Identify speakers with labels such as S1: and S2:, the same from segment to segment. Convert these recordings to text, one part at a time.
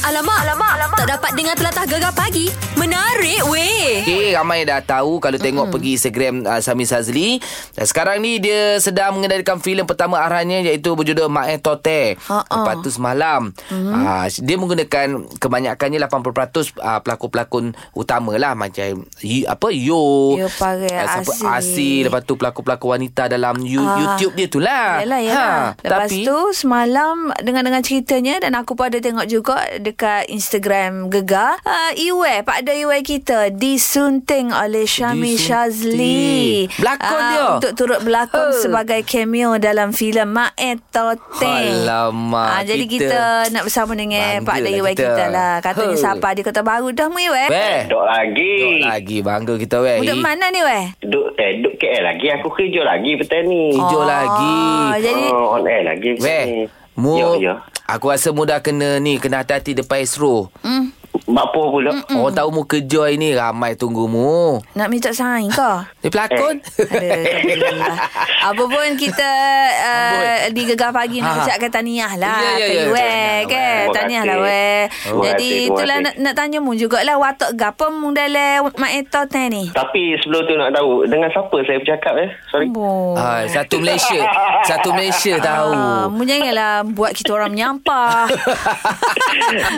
S1: Alamak, alamak, alamak. Tak dapat dengar telatah gegar pagi. Menarik weh.
S2: Okay, ramai dah tahu kalau tengok mm-hmm. pergi Instagram uh, Sami Sazli. Dan sekarang ni dia sedang mengendalikan filem pertama arahannya iaitu berjudul Mae Tote.
S1: Ha-ha.
S2: Lepas tu semalam. Mm-hmm. Uh, dia menggunakan kebanyakannya 80% uh, pelakon-pelakon utama lah. Macam y, apa, Yo.
S3: Yo Parel,
S2: ah, siapa,
S3: Asi.
S2: Asi. Lepas tu pelakon-pelakon wanita dalam you,
S3: Ah.
S2: YouTube dia tu lah.
S3: Yalah, yalah. Ha, Lepas
S2: tapi,
S3: tu semalam dengar-dengar ceritanya dan aku pun ada tengok juga dekat Instagram Gegar. Uh, Iwe, Pak Ada Iwe kita disunting oleh Syami
S2: Disunting.
S3: Shazli.
S2: Berlakon dia.
S3: Untuk turut berlakon
S2: Ha.
S3: sebagai cameo dalam filem Mae Toteng.
S2: Alamak,
S3: Ah, jadi kita, nak bersama dengan
S2: Bangga
S3: Pak Ada
S2: lah
S3: Iwe
S2: kita.
S3: kita. lah. Katanya
S2: Ha.
S3: siapa dia kata baru dah mu Iwe.
S2: Weh.
S4: Duk lagi.
S2: Duduk lagi bangga kita weh.
S3: Budak mana ni Iwe?
S4: Duk, eh, duk KL lagi. Aku kerja lagi petang ni.
S2: Hijau
S3: Oh,
S2: lagi.
S3: Jadi
S4: Oh, on air lagi.
S2: Weh. Mu,
S4: Ya, ya.
S2: Aku rasa mu dah kena ni Kena hati-hati depan Astro
S3: hmm,
S4: Mak Poh pula.
S2: mm. Orang tahu mu kerja hari ni Ramai tunggu mu
S3: nak minta sain kau?
S2: Dia pelakon
S4: Eh.
S3: Alhamdulillah. Apa pun kita uh, di Gegar Pagi
S2: Ha, ha.
S3: nak ucapkan tahniah lah.
S2: Ya, ya, ya.
S3: Yeah,
S2: Tahniah,
S3: yeah,
S2: weh.
S3: kan.
S4: Terima
S3: Tahniah lah
S4: kasih.
S3: weh. Jadi
S4: Terima kasih, terima
S3: itulah
S4: kasih.
S3: nak, nak tanya mu jugalah watak gapa mu dalam Mak Eto teh ni.
S4: Tapi sebelum tu nak tahu, dengan siapa saya bercakap eh? Sorry.
S3: Oh.
S2: ha, Satu Malaysia Satu Malaysia tahu
S3: Ah, mu janganlah buat kita orang menyampah.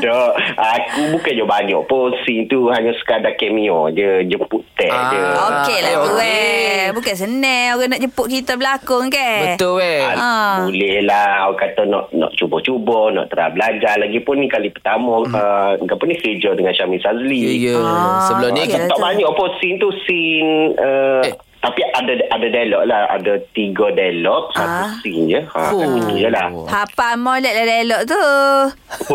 S4: Dok, aku bukan je banyak pun. Scene tu hanya sekadar cameo je. Jemput teh
S2: Ah,
S4: je.
S3: Okey lah
S2: Eh,
S3: tu
S2: okey.
S3: weh. Bukan senang orang nak jemput kita berlakon kan.
S2: Betul weh
S4: Ah,
S3: Ah.
S4: Boleh lah Orang kata nak nak cuba-cuba Nak terang belajar Lagipun ni kali pertama hmm. uh, Apa ni kerja dengan Syamil Sazli
S2: Ya ya
S3: Ah,
S2: Sebelum ni
S3: okey
S2: kita
S3: lah.
S4: Tak
S3: Betul.
S4: banyak pun scene tu scene uh,
S2: Eh.
S4: eh. tapi ada ada dialog lah ada tiga dialog satu
S3: Ah.
S4: scene je ha kan
S2: Oh.
S4: itu je lah
S3: Hafal molek lah elok tu.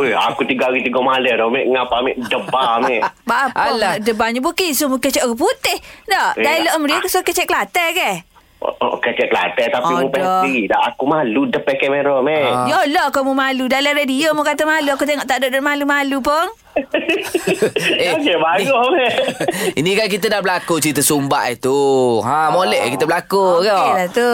S4: Oi, aku tiga hari tiga malam dah mek ngapa mek debar mek
S3: Apa
S2: Alah.
S3: Alah. debannya bukan semua kecek orang putih. Tak,
S4: Eh,
S3: dialog
S4: tak.
S3: mereka so kecek Kelantan ke?
S4: Oh, oh, kecek Kelantan tapi
S3: Aduh.
S4: mu sendiri dah aku malu depan kamera mek
S2: Ah.
S3: Ya Allah kamu malu Dalam radio mu kata malu Aku tengok tak ada ada malu-malu pun
S2: Eh,
S4: eh, okey baru mek
S2: Ini kan kita dah berlakon cerita Sumbak itu Ha
S4: Ah.
S2: molek kita berlakon
S3: Okey
S2: ke
S3: lah tu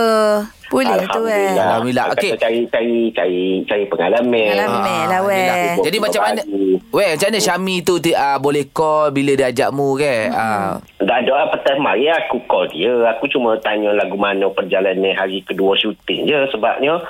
S3: Boleh lah tu eh
S4: Alhamdulillah.
S2: Ah. Alhamdulillah.
S4: Kata
S2: Okey.
S4: cari cari cari cari pengalaman
S3: Pengalaman
S2: Ah,
S3: lah weh
S2: yelah. Jadi macam mana
S4: Bagi.
S2: Weh macam mana Syami tu ti- ah, Boleh call Bila dia ajak mu ke Ah.
S4: Dah ada petang mari aku call dia. Aku cuma tanya lagu mana perjalanan hari kedua syuting je sebabnya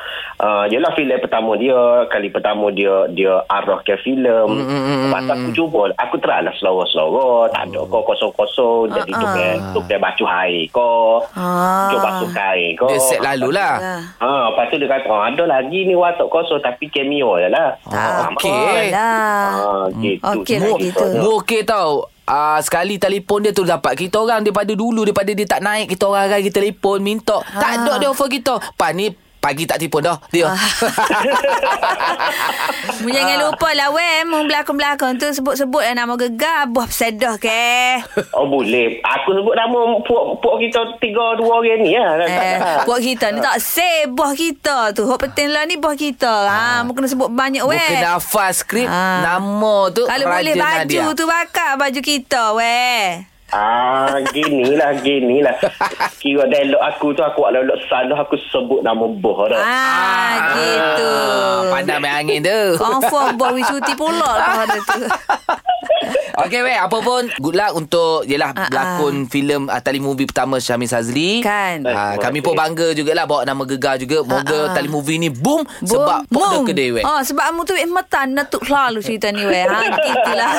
S4: uh, jelah filem pertama dia, kali pertama dia dia arah ke filem. Mm, mm, mm, Lepas tu aku cuba, aku try lah selora-selora, tak ada kau kosong-kosong jadi tu kan, tu kan bacu hai kau.
S3: Ah.
S4: Cuba basuh kain kau.
S2: Dia set lalu lah
S3: Lah.
S4: Ha, lepas tu dia kata, oh, ada lagi ni watak kosong tapi cameo je lah.
S2: Ah,
S3: Tak
S2: okey.
S3: apa lah
S4: Ha, gitu.
S3: Okey lah
S2: Mu,
S3: gitu.
S2: mu okey tau Ah sekali telefon dia tu dapat kita orang daripada dulu daripada dia tak naik kita orang lagi telefon minta ha.
S3: Ah.
S2: tak ada dia offer kita pak ni pagi tak telefon dah dia
S3: Mu
S2: Ah.
S3: jangan lupa lah weh Mu belakang-belakang tu Sebut-sebut lah nama gegar Buah pesedah ke
S4: Oh boleh. Aku sebut nama puak puak kita tiga dua orang ni lah. Tak-
S3: Eh,
S4: tak-
S3: buah kita ni tak say Buah kita tu Hok penting lah ni buah kita
S2: Ah.
S3: Ha, mu kena sebut banyak weh
S2: bukan hafal skrip
S3: Ah.
S2: nama tu
S3: Kalau
S2: Raja
S3: boleh baju
S2: Nadia.
S3: tu bakar baju kita weh.
S4: Ah, ginilah, ginilah. Kira dialog aku tu, aku ada dialog salah, aku sebut nama boh
S3: Ah,
S4: dah.
S3: gitu.
S2: Ah, pandai main angin tu
S3: Confirm buat we cuti pula lah ada tu.
S2: Okey weh apa pun good luck untuk
S3: Ah, ah.
S2: yalah uh-uh. berlakon filem uh, tali movie pertama Syamil Sazli.
S3: Kan. Ah,
S2: Uh, kami pun bangga jugalah bawa nama gegar juga. Moga uh-uh. tali movie ni boom, boom. sebab pokok
S3: Mung.
S2: kedai weh.
S3: Oh, sebab mu tu weh metan nak tu selalu cerita ni weh. Ha, gitulah.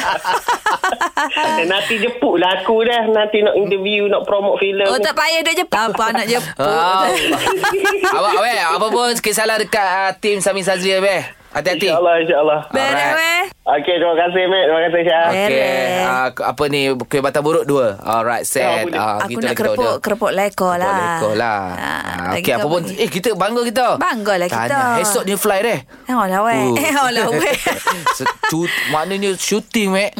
S4: Nanti jepuk lah aku dah. Nanti nak interview, nak promote filem.
S3: Oh tak payah dah jepun Apa anak jepun
S2: Oh. Awak weh apa pun sikit salah dekat uh, tim Syamil Sazli weh. Hati-hati.
S4: InsyaAllah, insyaAllah.
S3: Beres
S2: Alright.
S3: weh
S4: Okey, terima kasih, Mat. Terima kasih, Syah.
S2: Okey.
S3: Beres.
S2: Uh, apa ni kuih batang buruk dua. Alright
S4: Ya,
S2: set.
S4: boleh.
S2: Ah,
S3: Aku
S2: gitu
S3: nak
S2: lah kita
S3: kerepuk
S2: order.
S3: Kerepuk lekor lah
S2: Boleh kau lah.
S3: Ha,
S2: Ah,
S3: lagi
S2: Okey apa
S3: kau
S2: pun
S3: pergi.
S2: eh kita bangga kita.
S3: Banggalah kita.
S2: Tahniah. Esok dia fly deh.
S3: Eh, olah weh
S2: Oh.
S3: Eh olah weh
S2: Se- cu- Maknanya syuting mek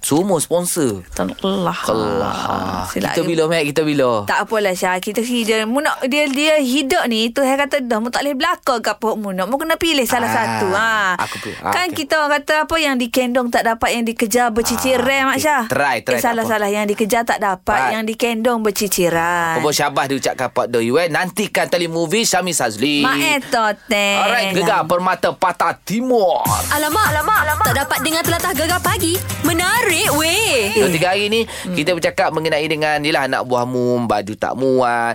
S2: Semua sponsor.
S3: Allah.
S2: Allah.
S3: Ah, Silap
S2: Kita
S3: dia.
S2: bila Mac kita bila.
S3: Tak apalah Syah Kita kerja Mu nak dia, dia hidup ni Tuhan kata dah Mu tak boleh belakang ke apa Mu nak Mu kena pilih salah
S2: Ah,
S3: satu ha.
S2: aku pilih. Ah,
S3: Kan
S2: okey.
S3: kita orang kata Apa yang dikendong tak dapat Yang dikejar berciciran
S2: Ah,
S3: Mak
S2: okey.
S3: Syah
S2: Try, try,
S3: Eh
S2: tak apa.
S3: salah-salah Yang dikejar tak
S2: Right.
S3: dapat Yang dikendong berciciran
S2: Pembawa syabas diucapkan pada you eh. Nantikan telemovie Syami Sazli.
S3: Mak eh, etote
S2: Alright, gegar permata patah timur.
S1: Alamak, alamak, alamak. Tak dapat dengar telatah gegar pagi. Menarik weh.
S3: Eh.
S2: Dalam tiga hari ni hmm. Kita bercakap mengenai dengan Yelah anak buahmu Baju tak muat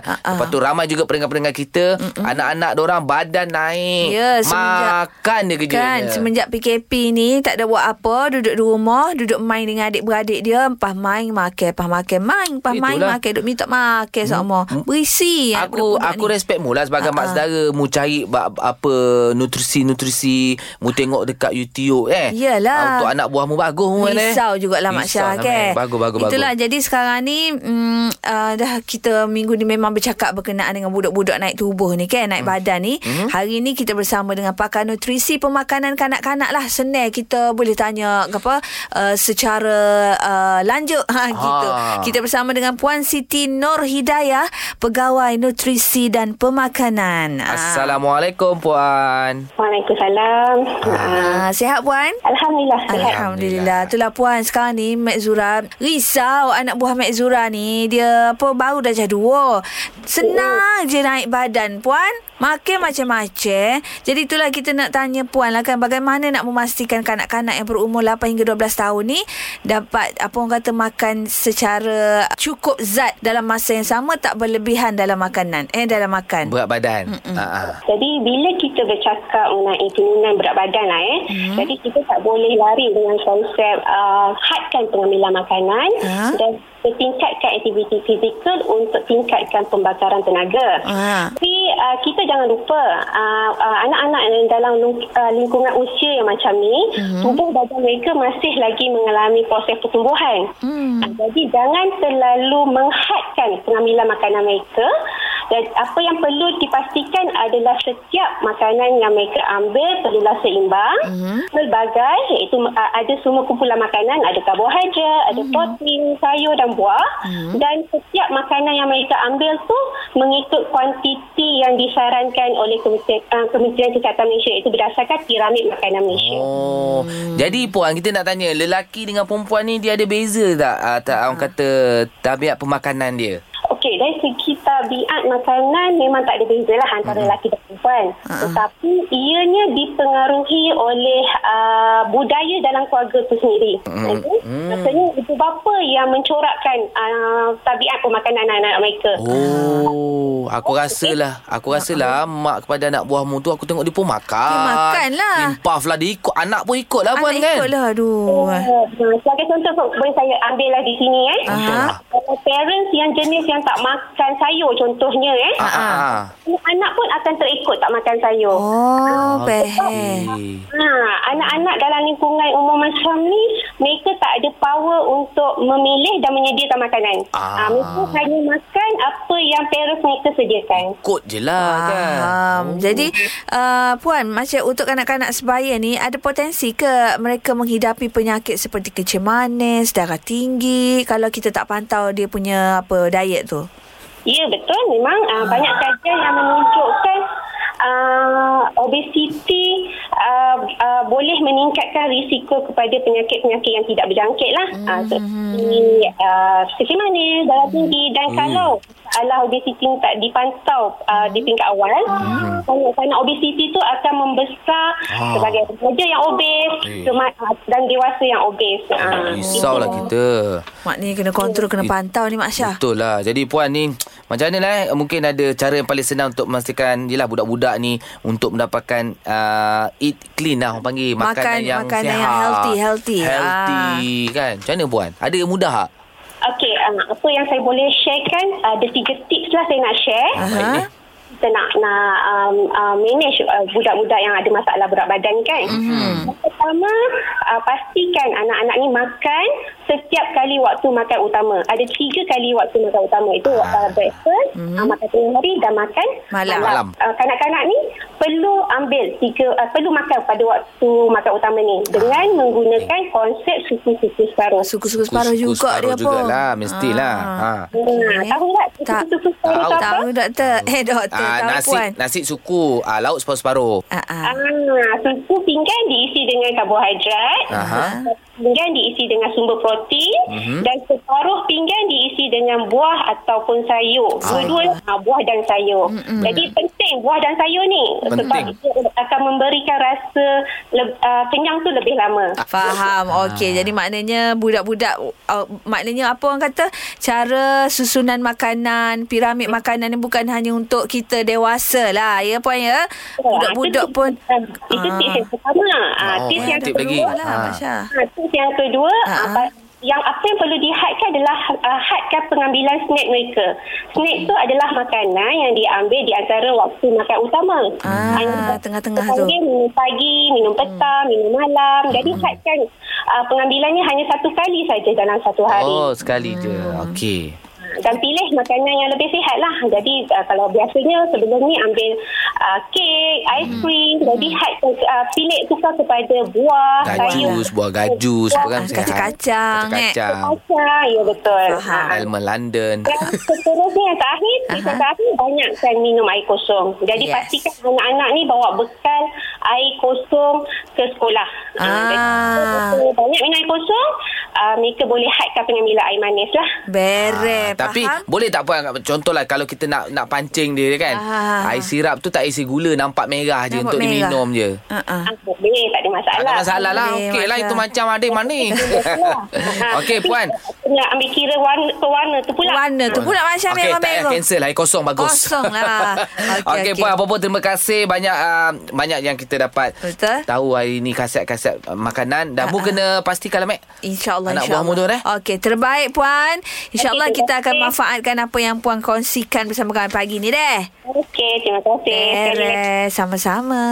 S3: Ah, ah.
S2: uh-uh. Lepas tu ramai juga pendengar-pendengar kita Mm-mm. Anak-anak dorang Badan naik
S3: Ya, semenjak-
S2: Makan dia kerja
S3: Kan semenjak PKP ni tak ada buat apa, duduk di rumah, duduk main dengan adik-beradik dia, empah main makan, empah makan main, empah main
S2: Itulah. Hmm.
S3: makan, duduk minta makan semua. Berisi eh,
S2: Aku
S3: budak-budak
S2: aku
S3: ni. Ah,
S2: respect mu lah sebagai uh-uh. mak saudara mu cari ba- apa nutrisi-nutrisi mu tengok dekat YouTube eh.
S3: Yelah.
S2: Ah, Untuk anak buahmu bagus mu kan, eh.
S3: Risau jugalah Mak
S2: Risau
S3: Syah
S2: lah,
S3: kan
S2: man. Bagus bagus bagus.
S3: Itulah jadi sekarang ni mm, uh, Dah kita minggu ni memang bercakap Berkenaan dengan budak-budak naik tubuh ni kan
S2: Hmm.
S3: Naik badan ni Hari ni kita bersama dengan Pakar nutrisi pemakanan kanak-kanak lah Senang kita boleh tanya apa uh, Secara uh, lanjut ha, gitu
S2: Ah.
S3: Kita bersama dengan Puan Siti Nur Hidayah Pegawai nutrisi dan pemakanan Ah.
S2: Assalamualaikum puan.
S5: Waalaikumsalam. Ah.
S3: Ah, Sihat Puan?
S5: Alhamdulillah sihat.
S3: Alhamdulillah. Itulah puan sekarang ni Mek Zura risau anak buah Mek Zura ni dia apa baru dah jadi dua. Senang je naik badan puan. Makin macam-macam. Jadi itulah kita nak tanya puan lah kan bagaimana nak memastikan kanak-kanak yang berumur 8 hingga 12 tahun ni dapat apa orang kata makan secara cukup zat dalam masa yang sama tak berlebihan dalam makanan eh dalam makan.
S2: Berat badan. Ha ah.
S5: Jadi bila kita bercakap mengenai penurunan berat badan lah eh. Hmm. Jadi kita tak boleh lari dengan konsep uh, hadkan pengambilan makanan
S3: Ah.
S5: dan kita tingkatkan aktiviti fizikal untuk tingkatkan pembakaran tenaga.
S3: Ah.
S5: Tapi uh, kita jangan lupa uh, uh, anak-anak yang dalam lung- uh, lingkungan usia yang macam ni, tubuh badan mereka masih lagi mengalami proses pertumbuhan. Uh, jadi jangan terlalu menghadkan pengambilan makanan mereka dan apa yang perlu dipastikan adalah setiap makanan yang mereka ambil perlulah seimbang pelbagai iaitu uh, ada semua kumpulan makanan ada karbohidrat, ada protein, sayur dan buah dan setiap makanan yang mereka ambil tu mengikut kuantiti yang disarankan oleh Kementerian, uh, Kementerian Kesihatan Malaysia iaitu berdasarkan piramid makanan Malaysia.
S2: Oh. Jadi puan kita nak tanya lelaki dengan perempuan ni dia ada beza tak? Ah, tak orang kata tabiat pemakanan dia.
S5: Okey, dari segi tabiat makanan memang tak ada beza lah antara lelaki dan perempuan. Tetapi ianya dipengaruhi oleh uh, budaya dalam keluarga itu sendiri. Okay?
S2: Mm.
S5: Maksudnya ibu bapa yang mencorakkan uh, tabiat pemakanan anak-anak mereka.
S2: Oh, aku rasalah,
S3: eh.
S2: aku rasalah mak kepada anak buahmu tu aku tengok dia pun makan.
S3: Dia makan lah.
S2: Impaf lah dia ikut, anak pun ikut lah puan
S3: Anak
S2: kan.
S3: ikut lah aduh.
S5: Uh, sebagai contoh Kok, boleh saya ambil lah di sini eh.
S3: Aha.
S5: Kalau Parents yang jenis yang tak makan sayur contohnya eh.
S2: Ah, ah, ah.
S5: Anak pun akan terikut tak makan sayur.
S3: Oh,
S2: Okey.
S3: peh.
S5: Ha, anak-anak dalam lingkungan umum macam ni, mereka tak ada power untuk memilih dan menyediakan makanan.
S2: Ah.
S5: Ah. Ha, mereka hanya makan apa yang parents mereka sediakan.
S2: Ikut je lah kan.
S3: Faham. Jadi uh, puan macam untuk kanak-kanak sebaya ni ada potensi ke mereka menghidapi penyakit seperti kencing manis, darah tinggi kalau kita tak pantau dia punya apa diet tu?
S5: Ya, betul. Memang ah. banyak kajian yang menunjukkan ah, obesiti ah, ah, boleh meningkatkan risiko kepada penyakit-penyakit yang tidak berjangkit lah. Ah, seperti ah, kencing manis, darah tinggi dan kalau masalah obesiti ni tak dipantau ah, di tingkat awal, kanak-kanak obesiti tu akan membesar
S2: Ah.
S5: sebagai remaja yang obes
S2: Eh.
S5: kema- ah, dan dewasa yang obes. Ah.
S2: Risau lah kita.
S3: Maknanya kena kontrol, kena pantau ni Mak Syah.
S2: Oh. Betul lah. Jadi puan ni macam mana lah eh? mungkin ada cara yang paling senang untuk memastikan yelah budak-budak ni untuk mendapatkan uh, eat clean lah orang panggil makanan
S3: Makan-
S2: yang
S3: makanan
S2: sihat.
S3: yang healthy, healthy. Ah.
S2: Healthy kan. Macam mana puan? Ada yang mudah tak?
S5: Okey, uh, apa yang saya boleh sharekan, uh, ada tiga tips lah saya nak share.
S2: Ah.
S3: Aha.
S5: Kita nak, nak um, uh, manage uh, budak-budak yang ada masalah berat badan kan. Mm-hmm. Pertama, uh, pastikan anak-anak ni makan setiap kali waktu makan utama. Ada tiga kali waktu makan utama itu
S2: Ah.
S5: ah. uh, breakfast, mm-hmm. uh, makan tengah hari dan makan
S3: Malam.
S2: Malam.
S5: Uh, kanak-kanak ni perlu ambil tiga uh, perlu makan pada waktu makan utama ni dengan menggunakan konsep suku-suku separuh.
S3: Suku-suku separuh juga
S2: separuh
S3: dia pun. Ah.
S2: jugalah, mestilah. Ha.
S5: Hmm, tahu
S3: Tak.
S5: tak suku-suku separuh
S2: Tahu.
S5: tu apa?
S3: Tahu doktor. Eh doktor,
S2: Ah,
S3: tahu
S2: nasi
S3: puan.
S2: nasi suku, ah, lauk separuh-separuh.
S3: Ah, ah.
S5: Ah, susu pinggan diisi dengan karbohidrat.
S3: Ah.
S2: Aha.
S5: Pinggan diisi dengan sumber protein
S2: Mhm.
S5: dan separuh pinggan diisi dengan buah ataupun sayur.
S2: Ah.
S5: Dua-dua ah. buah dan sayur. Jadi penting buah dan sayur ni sebab
S2: Penting.
S5: dia akan memberikan rasa le- uh, kenyang tu lebih lama.
S3: Faham. Okey, jadi maknanya budak-budak uh, maknanya apa orang kata cara susunan makanan, piramid makanan ni bukan hanya untuk kita dewasa lah ya puan ya.
S2: Ah,
S3: Budak-budak pun
S5: Ah, itu tips yang pertama. Ah,
S2: Oh,
S5: tips yang
S2: tip lagi.
S5: kedua.
S3: lah
S2: Ah.
S3: Masya.
S5: Ha, terus yang kedua,
S3: Ha,
S5: apa, yang apa yang perlu dihadkan adalah uh, hadkan pengambilan snack mereka. Snack tu adalah makanan yang diambil di antara waktu makan utama.
S3: Ah,
S5: Yang
S3: tengah-tengah tu. Hmm.
S5: dipanggil Minum pagi, minum petang, minum malam. Jadi hadkan uh, pengambilannya hanya satu kali saja dalam satu hari.
S2: Oh, sekali je.
S3: Hmm.
S2: Okey.
S5: Dan pilih makanan yang lebih sihat lah. Jadi uh, kalau biasanya sebelum ni ambil uh, kek,
S3: Hmm.
S5: aiskrim. Jadi hadkan, uh, pilih tukar kepada buah, sayur.
S2: Gajus, buah gajus, apa kan
S3: Ah,
S2: sihat.
S3: kacang-kacang, eh.
S2: Kacang-kacang.
S5: Pasar, ya betul.
S3: Faham.
S5: Ha.
S2: Almond London.
S5: Dan seterusnya yang terakhir, kita terakhir banyakkan minum air kosong. Jadi
S3: Yes.
S5: yes. pastikan anak-anak ni bawa bekal air kosong ke sekolah. Ha,
S3: Ah.
S5: jadi, banyak minum air kosong, uh, mereka boleh hadkan pengambilan air manis lah.
S3: Bere,
S2: Ah, tapi
S3: faham?
S2: boleh tak puan contohlah kalau kita nak nak pancing dia kan.
S3: Ah.
S2: Air sirap tu tak isi gula nampak merah je
S3: Nampak
S2: untuk
S3: merah.
S2: diminum je.
S3: Ah, ah.
S5: Ah, boleh, tak ada masalah.
S2: Tak ada masalah lah.
S3: Boleh,
S2: Okey lah
S3: macam-
S2: itu macam adik manis. Okey puan.
S5: Nak Ah. ambil kira warna, pewarna tu pula.
S3: Warna tu pula Masya
S2: Okey, tak payah
S3: merah-merah.
S2: cancel lah. Air kosong bagus.
S3: Kosong lah.
S2: Okey,
S3: Okey,
S2: okay,
S3: okey.
S2: Puan. Apa-apa terima kasih. Banyak uh, banyak yang kita dapat
S3: Betul.
S2: tahu hari ni kaset-kaset uh, makanan. Dan mu
S3: Ah, ah.
S2: kena pastikan lah, Mac.
S3: InsyaAllah
S2: Anak
S3: insya
S2: buah muda eh.
S3: Okey terbaik Puan InsyaAllah
S5: Okey, terima
S3: kita akan
S5: kasih.
S3: manfaatkan Apa yang Puan kongsikan Bersama kami pagi ni deh
S5: Okey, terima kasih. Sekali lagi.
S3: Beres Sama-sama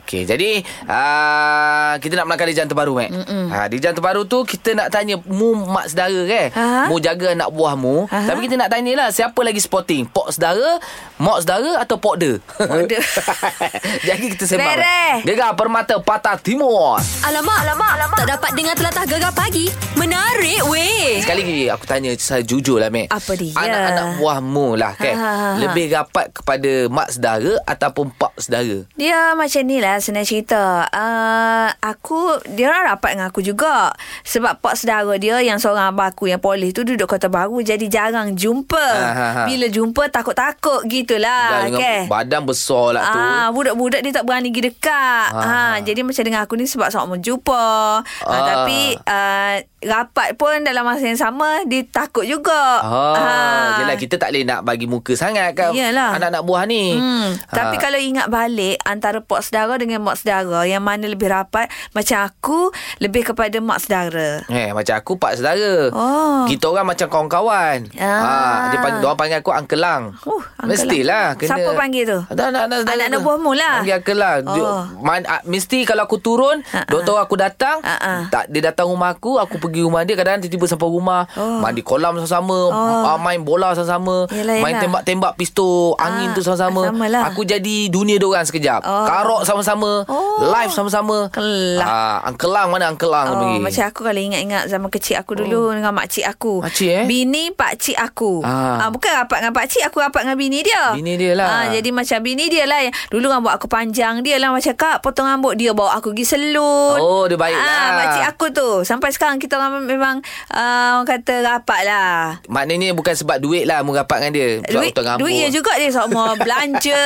S2: Okey, jadi uh, kita nak melangkah di jantan terbaru, Mek. Ha, di jantan terbaru tu kita nak tanya mu mak saudara kan.
S3: Aha.
S2: Mu jaga anak buah mu.
S3: Aha.
S2: Tapi kita nak tanyalah siapa lagi sporting? Pok saudara, mak saudara atau pok de?
S3: de.
S2: jadi kita sembang. Mek.
S3: Beres.
S2: Gegar Permata Patah Timur.
S1: Alamak, alamak, alamak. Tak dapat dengar telatah gegar pagi. Menarik weh.
S2: Sekali lagi aku tanya saya jujur lah Mek
S3: Apa dia?
S2: Anak-anak buahmu lah kan
S3: Ha, ha, ha.
S2: Lebih rapat kepada mak saudara Ataupun pak saudara
S3: Dia macam ni lah senang cerita. Uh, aku, dia orang rapat dengan aku juga. Sebab pak saudara dia yang seorang abang aku yang polis tu duduk kota baru. Jadi jarang jumpa.
S2: Ah,
S1: ha,
S2: ah, ah.
S3: Bila jumpa takut-takut
S2: Dah
S3: gitulah. kan?
S2: dengan
S3: Okay?
S2: Badan besar lah tu
S3: Ah, budak-budak dia tak berani pergi dekat.
S2: Ah.
S3: Ah. jadi macam dengan aku ni sebab sok mau jumpa. Ah.
S2: Ah.
S3: tapi ah, rapat pun dalam masa yang sama dia takut juga.
S2: Oh, ah. Yelah kita tak boleh nak bagi muka sangat kan
S3: Yelah.
S2: Anak-anak buah ni
S3: Hmm,
S2: Ha.
S3: tapi kalau ingat balik antara pak saudara dengan mak saudara yang mana lebih rapat macam aku lebih kepada mak saudara.
S2: Eh macam aku pak saudara
S3: Oh.
S2: Kita orang macam kawan-kawan
S3: Ah.
S2: ah, dia panggil, Diorang panggil aku Uncle Lang
S3: Uh, Uncle
S2: Mestilah
S3: Lang. Siapa panggil tu?
S2: Anak-anak saudara
S3: Anak-anak
S2: tu.
S3: buahmu lah.
S2: Panggil Uncle Lang dia,
S3: Oh.
S2: man, ah, Mesti kalau aku turun
S3: Ah, ah.
S2: Doktor aku datang
S3: Ah, ah.
S2: tak, Dia datang rumah aku Aku pergi rumah dia Kadang-kadang tiba-tiba sampai rumah
S3: Oh.
S2: Mandi kolam sama-sama ah, Main bola sama-sama
S3: Yelah,
S2: Main
S3: yelah.
S2: tembak-tembak pistol Angin
S3: Ah,
S2: tu sama-sama
S3: samalah.
S2: Aku jadi dunia diorang sekejap
S3: Oh.
S2: Karok sama-sama
S3: Oh.
S2: Live sama-sama
S3: Kelah.
S2: ah, Uncle Lang mana Uncle Lang
S3: Oh,
S2: pergi?
S3: macam aku kalau ingat-ingat zaman kecil aku dulu oh. dengan makcik aku.
S2: Makcik, eh?
S3: Bini pakcik aku.
S2: Ah.
S3: Ah, bukan rapat dengan pakcik, aku rapat dengan bini dia.
S2: Bini dia lah.
S3: Ah, jadi macam bini dia lah. yang- Dulu rambut aku panjang, dia lah macam kak potong rambut dia bawa aku pergi selut.
S2: Oh, dia baik
S3: ah,
S2: lah.
S3: Makcik aku tu. Sampai sekarang kita orang memang ah, orang kata rapat lah.
S2: Maknanya bukan sebab duit lah Mu rapat dengan dia Sebab
S3: Duit,
S2: hutang rambut
S3: duit dia juga dia sama belanja.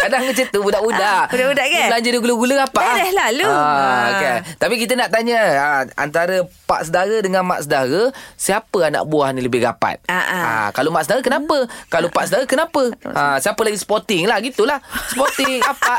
S2: Kadang macam tu budak-budak.
S3: Ah, budak-budak kan?
S2: Dia Belanja dia gula-gula apa?
S3: Beres lalu.
S2: Ah,
S3: Ah.
S2: kan. Tapi kita nak tanya ah, antara pak saudara dengan mak saudara, siapa anak buah ni lebih rapat?
S3: Ah, ah.
S2: kalau mak saudara kenapa? Kalau pak saudara kenapa? Ah, siapa lagi sporting lah gitulah. Sporting apa?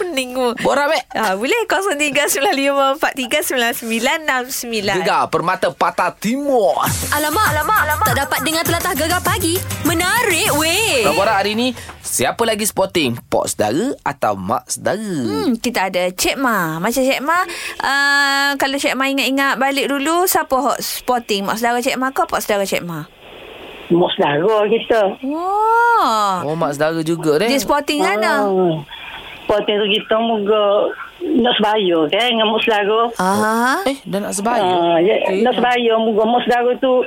S3: Pening tu.
S2: Borak Ah. eh.
S3: Ah, boleh 0395439960
S6: 9.
S2: Gegar Permata Patah Timur.
S1: Alamak, alamak, alamak. Tak dapat dengar telatah gegar pagi. Menarik
S3: Eh.
S1: weh.
S2: Laporan hari ni, siapa lagi sporting? Pok saudara atau mak saudara?
S3: Hmm, kita ada Cik Ma. Macam Cik Ma, uh, kalau Cik Ma ingat-ingat balik dulu, siapa hok sporting? Mak saudara Cik Ma ke pak saudara Cik Ma?
S5: Mak saudara kita.
S3: Wah.
S2: Oh, mak saudara juga
S3: Dia
S2: deh.
S3: sporting kan? Oh.
S5: Oh. Poten tu kita moga nak sebaya kan dengan mak saudara.
S3: Ah.
S2: Eh, dah nak sebaya.
S5: Ah, ya,
S2: Eh,
S5: nak sebaya moga mak saudara tu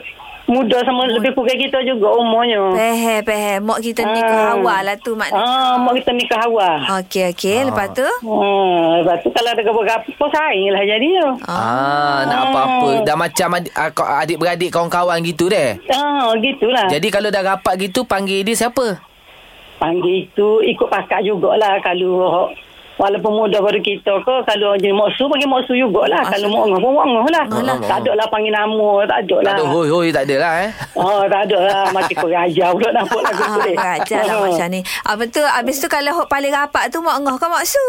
S5: muda sama lebih kurang kita juga umurnya.
S3: Pehe, pehe. Mak kita nikah awal lah tu maknanya.
S5: Ah, mak kita nikah awal.
S3: Okey, okey. Lepas tu?
S5: Hmm, lepas tu kalau ada apa-apa saing lah jadinya.
S2: Ah, nak apa-apa. Dah macam adik- ah, kau- adik-beradik kawan-kawan gitu deh.
S5: Ah, gitulah.
S2: Jadi kalau dah rapat gitu panggil dia siapa?
S5: Panggil itu ikut pakak jugalah kalau walaupun muda baru kita ke kalau je moksu panggil moksu jugalah kalau mak ngah pun mak ngah lah tak ada lah panggil nama tak ada
S3: Ah.
S2: Tak
S5: lah
S2: ada hoi-hoi tak ada lah eh.
S5: oh tak ada lah mati keraja pula nampak lah. lagu tu ni
S3: Raja lah macam ni. Apa tu? Habis
S5: Ah.
S3: tu kalau hok paling rapat tu mak ngoh ke mak su?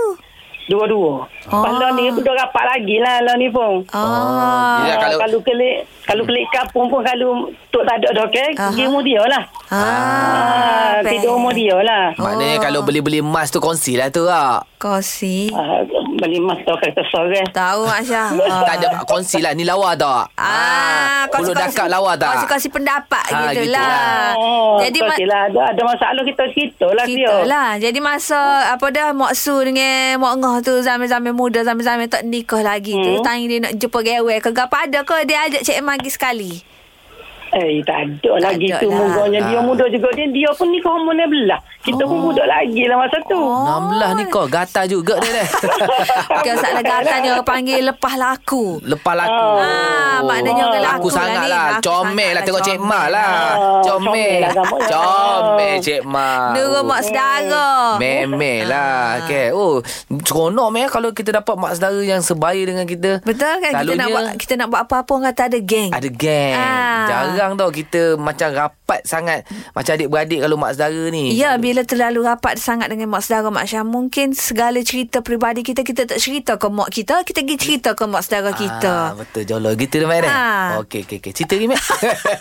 S5: dua-dua lepas lah ni budak rapat lagi lah lah ni pun
S3: Ah.
S2: Ya,
S5: Ya,
S2: kalau-
S5: kalau, kalau kelik kalau kelik kapung pun kalau tok tak ada dah okey
S3: Aha.
S5: pergi umur dia lah
S3: Ah.
S5: ah, tidur umur dia lah
S2: Maknanya kalau beli-beli emas tu kongsi lah tu lah.
S3: Kosi.
S5: ah, beli mas tau kata sore
S3: Tahu Mak Syah.
S2: Tak ada kongsi lah. Ni lawa tak?
S3: Ah, kongsi-
S2: Mulut dakak lawa tak?
S3: Kongsi-kongsi pendapat
S2: Ah,
S3: gitu
S2: gitu
S3: lah.
S5: Oh,
S3: Jadi ma-
S5: Jadi lah, ada, ada masalah kita kita lah
S3: kita lah. Jadi masa apa dah Mak Su dengan Mak Ngoh tu zaman-zaman muda, zaman-zaman tak nikah lagi tu.
S5: Hmm.
S3: Tanya dia nak jumpa gawe ke apa ada ke dia ajak Cik Emma pergi sekali.
S5: Eh, tak ada
S3: Tak
S5: lagi
S3: ada
S5: tu
S3: lah.
S5: mungkanya dia
S2: Ah.
S5: muda juga dia dia pun nikah umur 16. Kita
S3: Oh.
S5: pun muda lagi lah masa tu.
S2: 16 ni kau Gatal juga dia deh.
S3: Bukan salah kata dia orang panggil lepas lah laku.
S2: Lepas laku. Oh,
S3: Ah, maknanya orang
S2: Laku
S3: laku lah
S2: sangat
S3: ni.
S2: lah.
S3: Laku
S2: Comel
S3: sangat
S2: lah tengok Cik Ma lah.
S5: Ah, comel
S2: Comel.
S5: lah gambar dia.
S2: Comel Cik Ma.
S3: Nurul
S2: Oh.
S3: mak saudara.
S2: Memel
S3: Ah.
S2: lah okay. Oh Seronok meh Kalau kita dapat mak saudara Yang sebaya dengan kita
S3: Betul kan kita nak
S2: Selalunya
S3: buat kita nak buat apa-apa orang kata ada geng.
S2: Ada geng
S3: Ah.
S2: Jarang tau Kita macam rapat sangat Macam adik-beradik Kalau mak saudara ni
S3: Ya, bila terlalu rapat sangat dengan mak saudara Mak Syah, mungkin segala cerita peribadi kita, kita tak cerita ke mak kita, kita pergi cerita ke mak saudara kita.
S2: ah, Betul jolok Gitu dia Mek
S3: Ah.
S2: ah. Okey okey okey Cerita ni Mek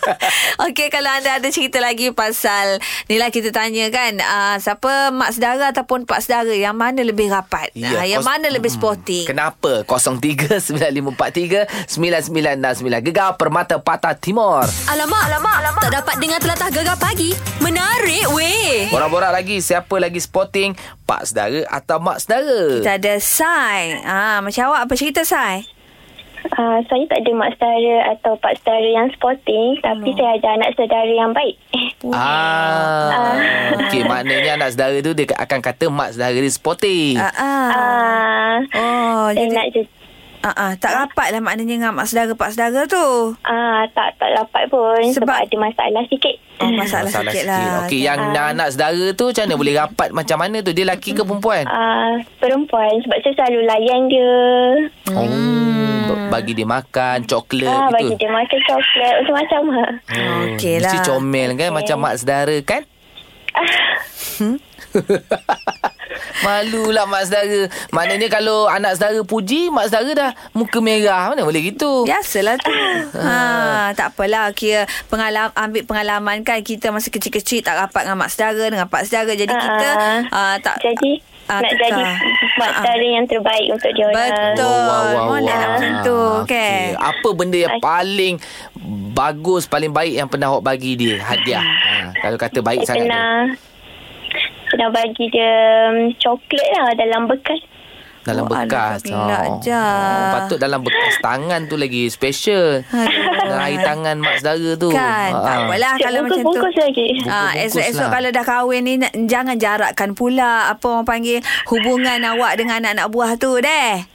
S3: Okey, kalau anda ada cerita lagi pasal ni lah kita tanya kan, uh, siapa mak saudara ataupun pak saudara yang mana lebih rapat?
S2: Ya,
S3: Ah, yang
S2: kos-
S3: mana lebih sporting?
S2: Kenapa 039543 9969 Gegar Permata Patah Timur
S1: Alamak, alamak, alamak. Tak dapat dengar telatah gegar pagi. Menarik weh.
S2: Borak-borak lagi Siapa lagi sporting Pak saudara Atau mak saudara
S3: Kita ada Sai. Ah, macam awak apa cerita Sai?
S7: Uh, saya tak ada mak saudara atau pak saudara yang sporting tapi
S3: Oh.
S7: saya ada anak saudara yang baik.
S2: Ah. Okey, maknanya anak saudara tu dia akan kata mak saudara dia sporting.
S3: Ah, ah.
S7: Ah,
S3: Oh,
S7: saya
S3: jadi
S7: nak je
S3: ah, ah, tak rapat lah maknanya dengan mak saudara pak saudara tu.
S7: ah tak tak dapat pun sebab,
S3: Sebab-
S7: ada masalah sikit.
S3: Oh, masalah, sikit, lah.
S2: Okey, ya. yang anak anak saudara tu macam mana boleh rapat macam mana tu? Dia lelaki ke perempuan?
S7: Ah, perempuan sebab saya selalu layan dia.
S2: Hmm. Bagi dia makan coklat
S7: ah,
S2: gitu.
S7: bagi dia makan coklat macam-macam. ha.
S2: Hmm,
S3: Okey lah.
S2: Mesti comel kan macam mak saudara kan? Malulah mak saudara. Maknanya kalau anak saudara puji, mak saudara dah muka merah. Mana boleh
S7: Ya,
S2: gitu?
S3: Biasalah tu.
S2: Ah.
S3: ha, tak apalah kira pengalam ambil pengalaman kan kita masa kecil-kecil tak rapat dengan mak saudara dengan pak saudara jadi
S7: Ah,
S3: kita
S7: ah.
S3: uh, tak
S7: Jadi
S3: ah,
S7: nak
S3: tukar.
S7: jadi mak
S3: Ah, ah.
S7: saudara yang terbaik untuk dia orang.
S2: Oh,
S3: Betul. Molek lah macam tu, kan?
S2: Ah, Okey. Apa benda yang paling bagus, paling baik yang pernah awak bagi dia hadiah?
S3: Hmm.
S2: ha, kalau kata baik
S7: Saya
S2: sangat.
S7: pernah
S2: tu.
S7: pernah bagi dia mm, coklat lah dalam bekas.
S2: Dalam
S3: Oh,
S2: bekas. Oh.
S3: Alhamdulillah, Jah.
S2: patut dalam bekas tangan tu lagi special. Dengan air tangan mak saudara tu.
S3: kan
S2: Ha,
S3: tak
S2: ha.
S3: apalah
S7: Cik,
S3: kalau macam tu
S7: bungkus lagi.
S3: Ah,
S2: Bungkus
S3: esok-esok
S2: lah.
S3: kalau dah kahwin ni nak- jangan jarakkan pula apa orang panggil hubungan awak dengan anak-anak buah tu deh.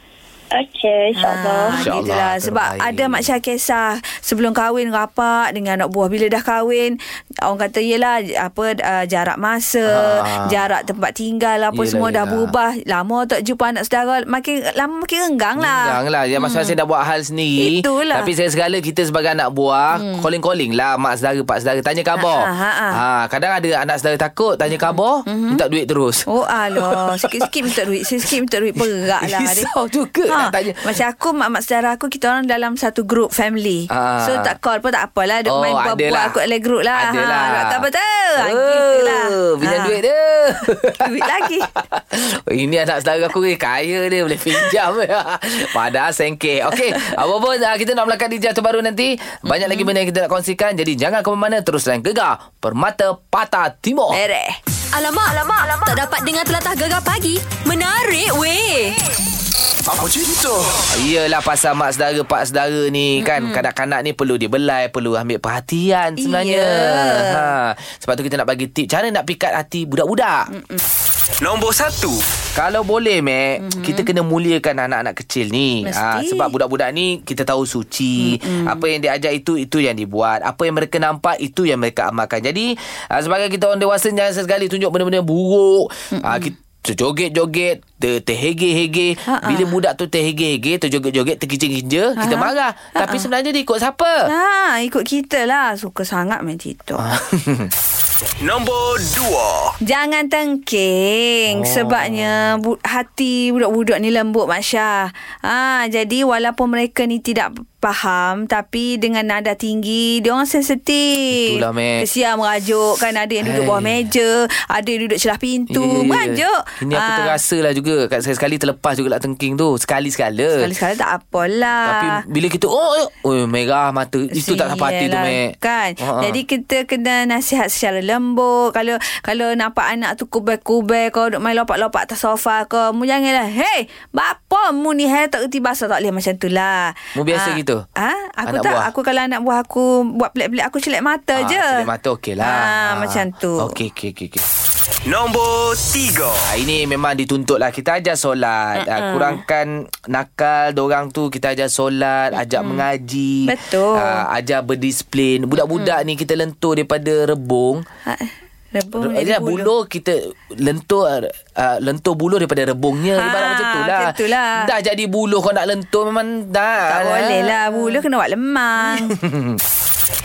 S7: Okey, insyaAllah.
S3: Ah,
S2: InsyaAllah,
S3: gitulah. Sebab
S2: terbaik.
S3: ada Mak Syah kisah sebelum kahwin rapat dengan anak buah. Bila dah kahwin, orang kata yelah apa uh, jarak masa,
S2: Ah.
S3: jarak tempat tinggal apa
S2: Yelah,
S3: semua dah
S2: yelah.
S3: berubah. Lama tak jumpa anak saudara, makin lama makin renggang lah.
S2: Jangan lah Ya, Masa hmm. saya dah buat hal sendiri
S3: Itulah.
S2: Tapi segala-segala Kita sebagai anak buah hmm. Calling-calling lah Mak saudara Pak saudara Tanya khabar
S3: Ha, ha, ha, ha.
S2: ha, Kadang ada anak saudara takut Tanya khabar hmm. Minta duit terus
S3: Oh alah Sikit-sikit minta duit Sikit-sikit minta duit Berat lah
S2: Risau juga nak tanya.
S3: Macam aku Mak-mak saudara aku Kita orang dalam satu group family
S2: Ah.
S3: So tak call pun tak apalah Dia
S2: Oh,
S3: main
S2: adalah.
S3: buat-buat Aku dalam group lah
S2: Adalah.
S3: ha, Buat apa apa tu Ha,
S2: Oh,
S3: gitulah.
S2: bila
S3: Ha.
S2: duit dia.
S3: Duit lagi.
S2: Oh, Ini anak saudara aku ni kaya dia boleh pinjam. Padahal sengkeh. Okey, apa pun ah, kita nak melakukan di jatuh baru nanti. Banyak lagi benda yang kita nak kongsikan. Jadi jangan ke mana terus lain gegar. Permata Patah Timur.
S3: Mereh
S1: Alamak, alamak, alamak. Tak dapat dengar telatah gegar pagi. Menarik weh.
S2: Iyalah pasal mak saudara, pak saudara ni kan kanak-kanak ni perlu dibelai, perlu ambil perhatian sebenarnya.
S3: Iya.
S2: Ha. Sebab tu kita nak bagi tip cara nak pikat hati budak-budak.
S6: Nombor satu.
S2: Kalau boleh, Mek, mm-hmm. kita kena muliakan anak-anak kecil
S3: Mhm.
S2: ni. Ah,
S3: Mesti. Mhm.
S2: sebab budak-budak ni kita tahu suci. Mm-hmm. Apa yang diajar itu, itu yang dibuat. Apa yang mereka nampak, itu yang mereka amalkan. Jadi, ah, sebagai kita orang dewasa, jangan sesekali tunjuk benda-benda buruk.
S3: Mhm.
S2: Mm-hmm. kita joget-joget, ter, terhege-hege.
S3: Ha-ha.
S2: Bila budak tu terhege-hege, terjoget-joget, terkinja-kinja, kita
S3: Ha-ha.
S2: marah. Tapi
S3: Ha-ha.
S2: sebenarnya dia ikut siapa?
S3: Ha, ikut kita lah. Suka sangat main TikTok.
S2: Ah.
S6: Nombor dua.
S3: Jangan tengking oh. sebabnya bu- hati budak-budak ni lembut Mak Syah. Ha, jadi walaupun mereka ni tidak faham tapi dengan nada tinggi dia orang sensitif.
S2: Itulah, Eh. Mat.
S3: Kesian merajuk kan ada yang duduk bawah
S2: Hai.
S3: meja, ada yang duduk celah pintu.
S2: Ya, ya, ya.
S3: Merajuk.
S2: Ini aku
S3: kan, Ah,
S2: terasa lah juga Kat sekali-sekali terlepas juga lah tengking tu Sekali-sekala
S3: Sekali-sekala tak apalah.
S2: Tapi bila kita oh, oh, oh merah mata itu tak sampai hati tu
S3: Iyalah,
S2: mek. Ha,
S3: Kan
S2: Ha-ha. Ah,
S3: Jadi kita kena nasihat secara lembut Kalau kalau nampak anak tu kubel-kubel Kau duduk main lopak-lopak atas sofa kau Mu janganlah Hey Bapa mu ni hai Tak kerti bahasa tak boleh macam tu lah
S2: Mu
S3: Ah,
S2: biasa gitu?
S3: ah, Aku
S2: Anak
S3: tak
S2: buah?
S3: Aku kalau anak buah aku Buat pelik-pelik Aku celik mata
S2: Ah,
S3: je
S2: Celik mata okey lah
S3: Ah, Macam tu
S2: Okey okey okey okay.
S6: Nombor tiga.
S2: ah, Ini memang dituntut lah Kita ajar solat uh-uh. ah, Kurangkan nakal dorang tu Kita ajar solat Ajak mengaji
S3: Betul.
S2: ah, Ajar berdisiplin Budak-budak ni kita lentur daripada rebung
S3: Ah, Rebung
S2: Re-
S3: jadi
S2: Ajar Eh, buluh kita lentur uh, lentur buluh daripada rebungnya
S3: Ah,
S2: ibarat macam tu lah.
S3: macam tu lah.
S2: Dah jadi buluh kau nak lentur memang dah.
S3: Tak boleh lah Bulu kena buat
S2: Hmm.
S3: lemang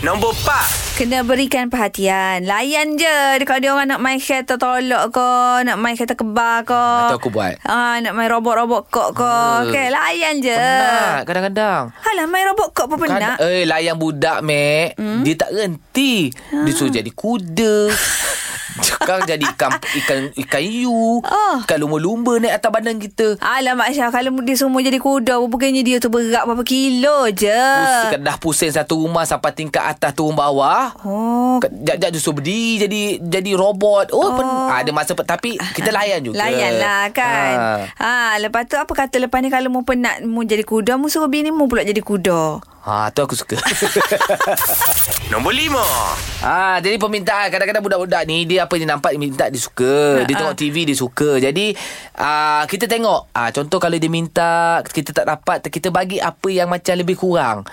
S6: Nombor empat.
S3: Kena berikan perhatian Layan je Dia- Kalau dia orang nak main kereta tolok ke Nak main kereta kebar ke
S2: Hmm, Atau aku buat.
S3: ah, Nak main robot-robot kok ke
S2: Hmm.
S3: Okay layan je Eh.
S2: Penat kadang-kadang.
S3: Alah main robot kok pun
S2: Kad-
S3: penat
S2: eh layan budak mek hmm? dia tak renti. Dia suruh jadi kuda. Sekarang jadi ikan ikan ikan hiu,
S3: Oh.
S2: ikan lumba-lumba naik atas badan kita.
S3: Alah Mak Syah Kalau dia semua jadi kuda Bukannya dia tu berat berapa kilo je
S2: Pusing, dah pusing satu rumah sampai tingkat atas turun bawah.
S3: Oh
S2: Jap-jap justru berdiri jadi jadi robot. Oh, oh. Pen, ada masa pe- tapi kita layan juga. Ah.
S3: Layanlah kan ha. ha. Lepas tu apa kata lepas ni Kalau mu penat mu jadi kuda Mu suruh bini mu pula jadi kuda
S2: Ha, tu aku suka.
S6: Nombor lima.
S2: Ah, jadi permintaan kadang-kadang budak-budak ni dia apa dia nampak dia minta dia suka.
S3: Ha,
S2: Dia tengok TV dia suka. Jadi ah kita tengok ah contoh kalau dia minta kita tak dapat kita bagi apa yang macam lebih kurang.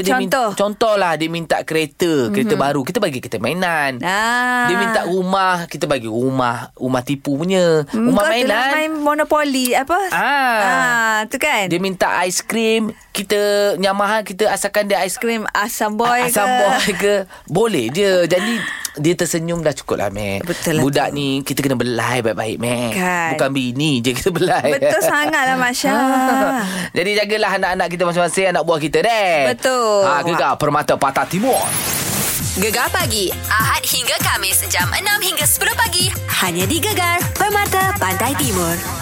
S3: Ah,
S2: dia minta
S3: contoh. Mhm.
S2: contohlah dia minta kereta, kereta mm-hmm. baru, kita bagi kereta mainan.
S3: Ah.
S2: Dia minta rumah, kita bagi rumah, rumah tipu punya.
S3: Hmm,
S2: rumah
S3: Kau
S2: mainan.
S3: telah main monopoli apa?
S2: Ah.
S3: ah tu kan.
S2: Dia minta aiskrim Kita Nyamahan kita Asalkan dia
S3: Krim
S2: aiskrim
S3: asam boy
S2: a- Asam
S3: ke?
S2: boy ke Boleh je Jadi dia tersenyum dah cukup lah Mek
S3: Betul lah
S2: Budak
S3: tu.
S2: ni Kita kena belai baik-baik Mek
S3: Kan.
S2: Bukan bini je kita belai
S3: Betul sangat lah Masya.
S2: Jadi jagalah anak-anak kita masing-masing Anak buah kita deh
S3: Betul.
S2: ha, Gegar Permata Patah Timur
S1: Gegar pagi. Ahad hingga Kamis. Jam 6 hingga 10 pagi. Hanya di Gegar. Permata Pantai Timur.